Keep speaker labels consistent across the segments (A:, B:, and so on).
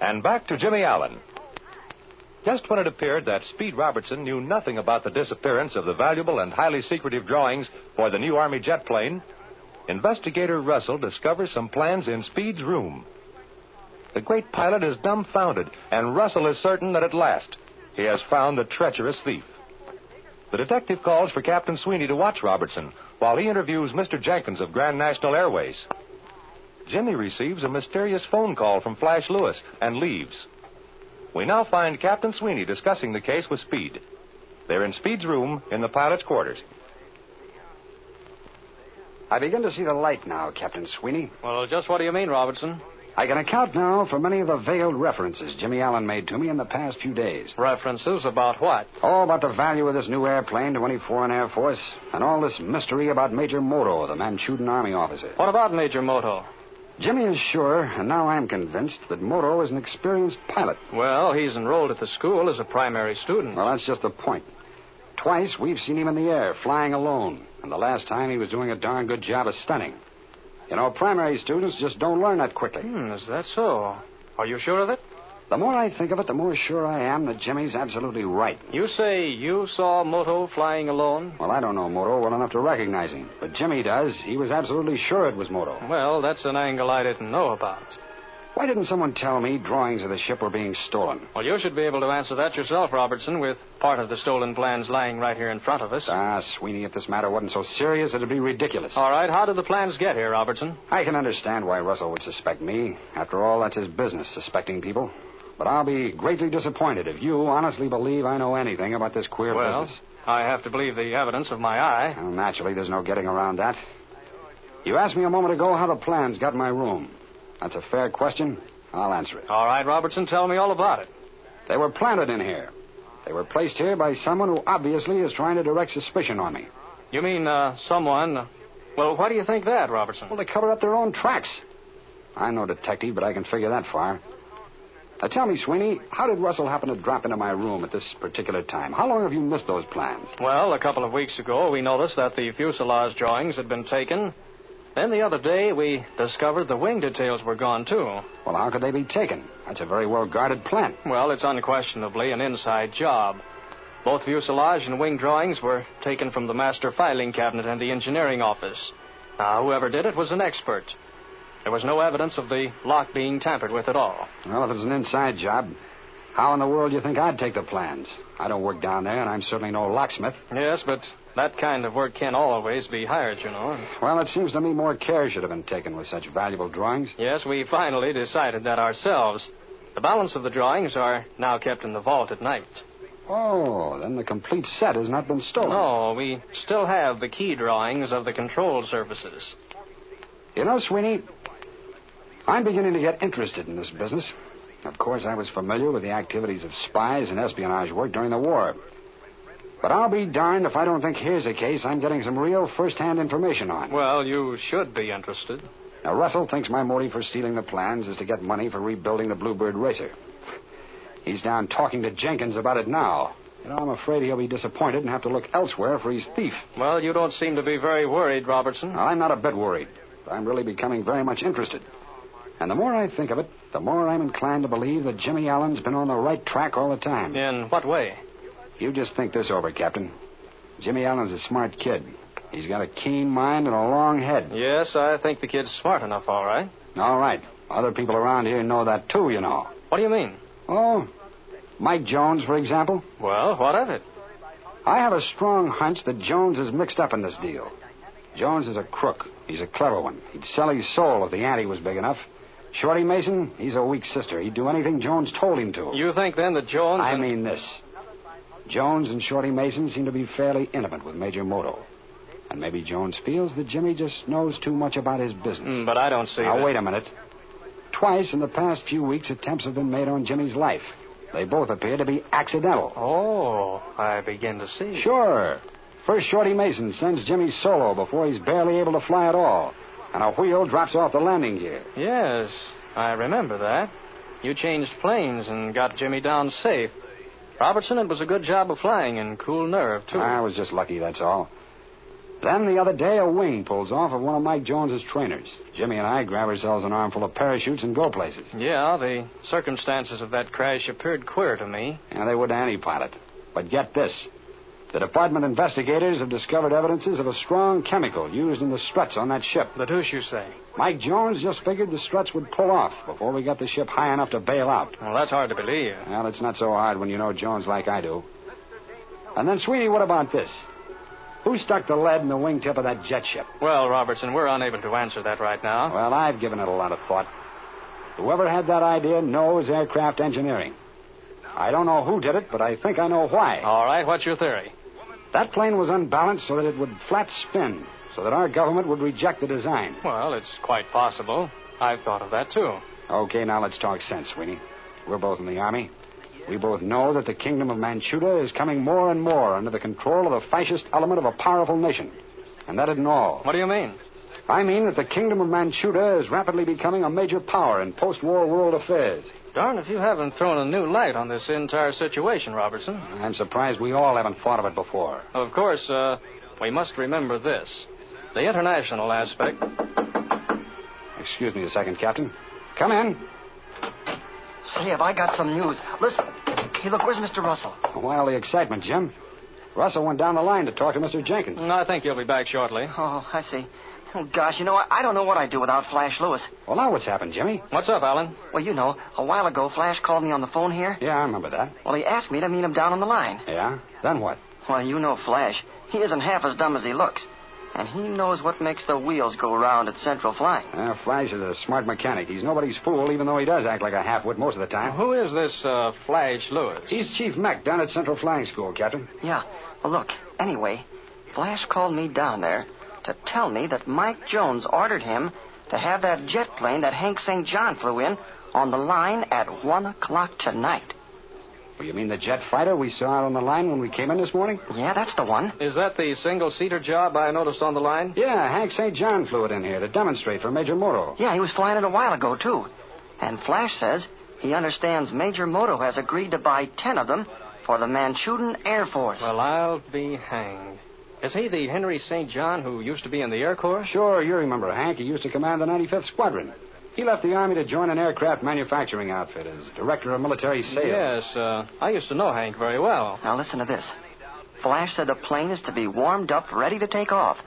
A: And back to Jimmy Allen. Just when it appeared that Speed Robertson knew nothing about the disappearance of the valuable and highly secretive drawings for the new Army jet plane, investigator Russell discovers some plans in Speed's room. The great pilot is dumbfounded, and Russell is certain that at last he has found the treacherous thief. The detective calls for Captain Sweeney to watch Robertson while he interviews Mr. Jenkins of Grand National Airways. Jimmy receives a mysterious phone call from Flash Lewis and leaves. We now find Captain Sweeney discussing the case with Speed. They're in Speed's room in the pilot's quarters.
B: I begin to see the light now, Captain Sweeney.
C: Well, just what do you mean, Robertson?
B: I can account now for many of the veiled references Jimmy Allen made to me in the past few days.
C: References about what?
B: All about the value of this new airplane to any foreign air force, and all this mystery about Major Moto, the Manchudan army officer.
C: What about Major Moto?
B: Jimmy is sure, and now I'm convinced, that Moto is an experienced pilot.
C: Well, he's enrolled at the school as a primary student.
B: Well, that's just the point. Twice we've seen him in the air, flying alone, and the last time he was doing a darn good job of stunning. You know, primary students just don't learn that quickly.
C: Hmm, is that so? Are you sure of it?
B: The more I think of it, the more sure I am that Jimmy's absolutely right.
C: You say you saw Moto flying alone?
B: Well, I don't know Moto well enough to recognize him, but Jimmy does. He was absolutely sure it was Moto.
C: Well, that's an angle I didn't know about.
B: Why didn't someone tell me drawings of the ship were being stolen?
C: Well, you should be able to answer that yourself, Robertson, with part of the stolen plans lying right here in front of us.
B: Ah, Sweeney, if this matter wasn't so serious, it'd be ridiculous.
C: All right, how did the plans get here, Robertson?
B: I can understand why Russell would suspect me. After all, that's his business, suspecting people. But I'll be greatly disappointed if you honestly believe I know anything about this queer
C: well,
B: business.
C: I have to believe the evidence of my eye.
B: Well, naturally, there's no getting around that. You asked me a moment ago how the plans got in my room. That's a fair question. I'll answer it.
C: All right, Robertson, tell me all about it.
B: They were planted in here. They were placed here by someone who obviously is trying to direct suspicion on me.
C: You mean uh, someone? Uh, well, why do you think that, Robertson?
B: Well, to cover up their own tracks. I'm no detective, but I can figure that far. Now, tell me, Sweeney, how did Russell happen to drop into my room at this particular time? How long have you missed those plans?
C: Well, a couple of weeks ago, we noticed that the fuselage drawings had been taken. Then the other day, we discovered the wing details were gone, too.
B: Well, how could they be taken? That's a very well guarded plant.
C: Well, it's unquestionably an inside job. Both fuselage and wing drawings were taken from the master filing cabinet and the engineering office. Now, whoever did it was an expert. There was no evidence of the lock being tampered with at all.
B: Well, if it's an inside job, how in the world do you think I'd take the plans? I don't work down there, and I'm certainly no locksmith.
C: Yes, but that kind of work can't always be hired, you know.
B: Well, it seems to me more care should have been taken with such valuable drawings.
C: Yes, we finally decided that ourselves. The balance of the drawings are now kept in the vault at night.
B: Oh, then the complete set has not been stolen.
C: No, we still have the key drawings of the control surfaces.
B: You know, Sweeney, I'm beginning to get interested in this business. Of course, I was familiar with the activities of spies and espionage work during the war. But I'll be darned if I don't think here's a case I'm getting some real first-hand information on.
C: Well, you should be interested.
B: Now, Russell thinks my motive for stealing the plans is to get money for rebuilding the Bluebird Racer. He's down talking to Jenkins about it now. You know, I'm afraid he'll be disappointed and have to look elsewhere for his thief.
C: Well, you don't seem to be very worried, Robertson.
B: Now, I'm not a bit worried. I'm really becoming very much interested. And the more I think of it, the more I'm inclined to believe that Jimmy Allen's been on the right track all the time.
C: In what way?
B: You just think this over, Captain. Jimmy Allen's a smart kid. He's got a keen mind and a long head.
C: Yes, I think the kid's smart enough, all right.
B: All right. Other people around here know that too, you know.
C: What do you mean?
B: Oh, Mike Jones, for example.
C: Well, what of it?
B: I have a strong hunch that Jones is mixed up in this deal. Jones is a crook. He's a clever one. He'd sell his soul if the ante was big enough. Shorty Mason, he's a weak sister. He'd do anything Jones told him to.
C: You think then that Jones.
B: I
C: and...
B: mean this. Jones and Shorty Mason seem to be fairly intimate with Major Moto. And maybe Jones feels that Jimmy just knows too much about his business.
C: Mm, but I don't see.
B: Now,
C: that.
B: wait a minute. Twice in the past few weeks, attempts have been made on Jimmy's life. They both appear to be accidental.
C: Oh, I begin to see.
B: Sure. First, Shorty Mason sends Jimmy solo before he's barely able to fly at all and a wheel drops off the landing gear.
C: Yes, I remember that. You changed planes and got Jimmy down safe. Robertson, it was a good job of flying and cool nerve, too.
B: I was just lucky, that's all. Then the other day, a wing pulls off of one of Mike Jones's trainers. Jimmy and I grab ourselves an armful of parachutes and go places.
C: Yeah, the circumstances of that crash appeared queer to me.
B: And they would to any pilot. But get this. The department investigators have discovered evidences of a strong chemical used in the struts on that ship.
C: The deuce you say?
B: Mike Jones just figured the struts would pull off before we got the ship high enough to bail out.
C: Well, that's hard to believe.
B: Well, it's not so hard when you know Jones like I do. And then, Sweeney, what about this? Who stuck the lead in the wingtip of that jet ship?
C: Well, Robertson, we're unable to answer that right now.
B: Well, I've given it a lot of thought. Whoever had that idea knows aircraft engineering. I don't know who did it, but I think I know why.
C: All right, what's your theory?
B: That plane was unbalanced so that it would flat spin, so that our government would reject the design.
C: Well, it's quite possible. I've thought of that, too.
B: Okay, now let's talk sense, Sweeney. We're both in the Army. We both know that the kingdom of Manchuria is coming more and more under the control of the fascist element of a powerful nation. And that isn't all.
C: What do you mean?
B: I mean that the kingdom of Manchuria is rapidly becoming a major power in post war world affairs.
C: Darn if you haven't thrown a new light on this entire situation, Robertson.
B: I'm surprised we all haven't thought of it before.
C: Of course, uh, we must remember this the international aspect.
B: Excuse me a second, Captain. Come in.
D: Say, have I got some news? Listen. Hey, look, where's Mr. Russell?
B: Why all the excitement, Jim? Russell went down the line to talk to Mr. Jenkins.
C: I think he'll be back shortly.
D: Oh, I see. Oh, gosh, you know, I, I don't know what I'd do without Flash Lewis.
B: Well, now what's happened, Jimmy?
C: What's up, Alan?
D: Well, you know, a while ago, Flash called me on the phone here.
B: Yeah, I remember that.
D: Well, he asked me to meet him down on the line.
B: Yeah? Then what?
D: Well, you know Flash. He isn't half as dumb as he looks. And he knows what makes the wheels go round at Central Flying.
B: Uh, Flash is a smart mechanic. He's nobody's fool, even though he does act like a halfwit most of the time.
C: Who is this uh, Flash Lewis?
B: He's Chief Mech down at Central Flying School, Captain.
D: Yeah. Well, look, anyway, Flash called me down there to tell me that Mike Jones ordered him to have that jet plane that Hank St. John flew in on the line at 1 o'clock tonight.
B: Well, you mean the jet fighter we saw out on the line when we came in this morning?
D: Yeah, that's the one.
C: Is that the single seater job I noticed on the line?
B: Yeah, Hank St. John flew it in here to demonstrate for Major Moro.
D: Yeah, he was flying it a while ago, too. And Flash says he understands Major Moto has agreed to buy 10 of them for the Manchutan Air Force.
C: Well, I'll be hanged. Is he the Henry St. John who used to be in the Air Corps?
B: Sure, you remember Hank. He used to command the 95th Squadron. He left the Army to join an aircraft manufacturing outfit as director of military sales.
C: Yes, uh, I used to know Hank very well.
D: Now, listen to this. Flash said the plane is to be warmed up, ready to take off.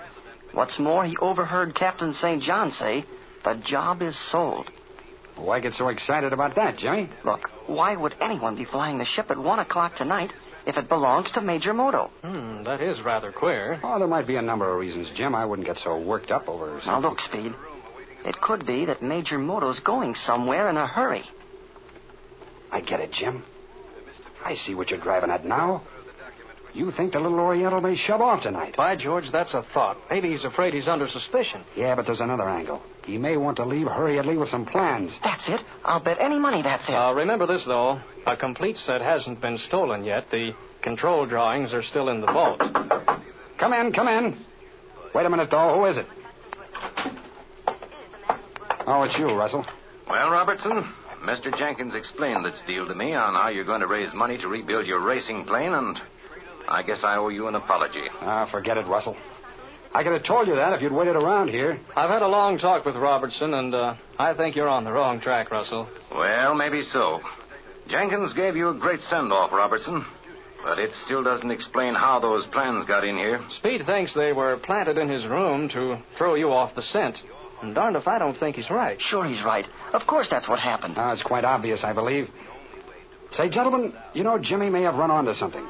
D: What's more, he overheard Captain St. John say the job is sold.
B: Why Oh, get so excited about that, Jimmy?
D: Look, why would anyone be flying the ship at 1 o'clock tonight if it belongs to Major Moto?
C: Hmm, that is rather queer.
B: Oh, there might be a number of reasons, Jim. I wouldn't get so worked up over.
D: Now,
B: something.
D: look, Speed. It could be that Major Moto's going somewhere in a hurry.
B: I get it, Jim. I see what you're driving at now. You think the little Oriental may shove off tonight.
C: By George, that's a thought. Maybe he's afraid he's under suspicion.
B: Yeah, but there's another angle. He may want to leave hurriedly with some plans.
D: That's it. I'll bet any money that's it.
C: Uh, remember this, though. A complete set hasn't been stolen yet. The control drawings are still in the vault.
B: Come in, come in. Wait a minute, though. Who is it? Oh, it's you, Russell.
E: Well, Robertson, Mr. Jenkins explained this deal to me on how you're going to raise money to rebuild your racing plane, and I guess I owe you an apology.
B: Ah, forget it, Russell. I could have told you that if you'd waited around here.
C: I've had a long talk with Robertson, and uh, I think you're on the wrong track, Russell.
E: Well, maybe so. Jenkins gave you a great send off, Robertson. But it still doesn't explain how those plans got in here.
C: Speed thinks they were planted in his room to throw you off the scent. And darned if I don't think he's right.
D: Sure, he's right. Of course, that's what happened.
B: Ah, it's quite obvious, I believe. Say, gentlemen, you know Jimmy may have run onto something.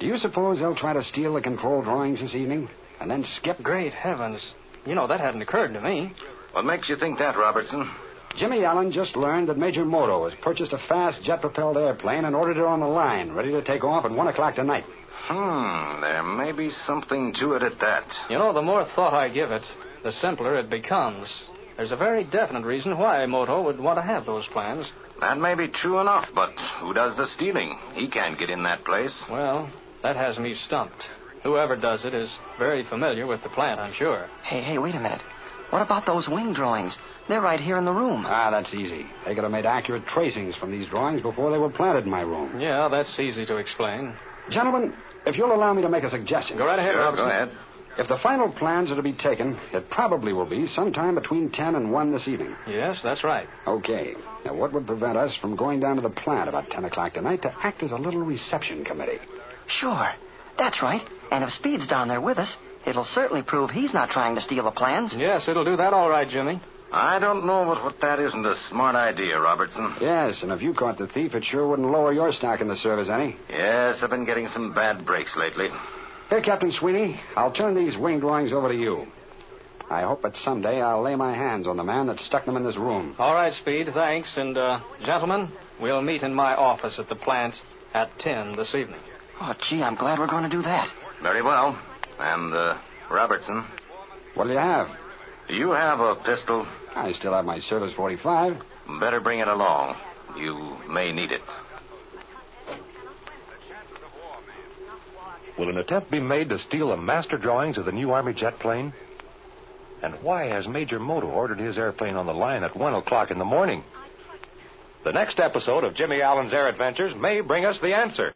B: Do you suppose they'll try to steal the control drawings this evening and then skip?
C: Great heavens. You know, that hadn't occurred to me.
E: What makes you think that, Robertson?
B: Jimmy Allen just learned that Major Moto has purchased a fast jet-propelled airplane and ordered it on the line, ready to take off at one o'clock tonight.
E: Hmm, there may be something to it at that.
C: You know, the more thought I give it, the simpler it becomes. There's a very definite reason why Moto would want to have those plans.
E: That may be true enough, but who does the stealing? He can't get in that place.
C: Well, that has me stumped. Whoever does it is very familiar with the plan, I'm sure.
D: Hey, hey, wait a minute. What about those wing drawings? They're right here in the room.
B: Ah, that's easy. They could have made accurate tracings from these drawings before they were planted in my room.
C: Yeah, that's easy to explain.
B: Gentlemen, if you'll allow me to make a suggestion.
C: Go right ahead,
E: Sure,
C: Robertson.
E: go ahead.
B: If the final plans are to be taken, it probably will be sometime between 10 and 1 this evening.
C: Yes, that's right.
B: Okay. Now, what would prevent us from going down to the plant about 10 o'clock tonight to act as a little reception committee?
D: Sure. That's right. And if Speed's down there with us, it'll certainly prove he's not trying to steal the plans.
C: Yes, it'll do that all right, Jimmy.
E: I don't know, but what that isn't a smart idea, Robertson.
B: Yes, and if you caught the thief, it sure wouldn't lower your stock in the service any.
E: Yes, I've been getting some bad breaks lately.
B: Here, Captain Sweeney, I'll turn these wing drawings over to you. I hope that someday I'll lay my hands on the man that stuck them in this room.
C: All right, Speed. Thanks. And, uh, gentlemen, we'll meet in my office at the plant at 10 this evening.
D: Oh, gee, I'm glad we're going to do that.
E: Very well. And, uh, Robertson,
B: What'll you have?
E: do you have a pistol?
B: I still have my service 45.
E: Better bring it along. You may need it.
A: Will an attempt be made to steal the master drawings of the new Army jet plane? And why has Major Moto ordered his airplane on the line at 1 o'clock in the morning? The next episode of Jimmy Allen's Air Adventures may bring us the answer.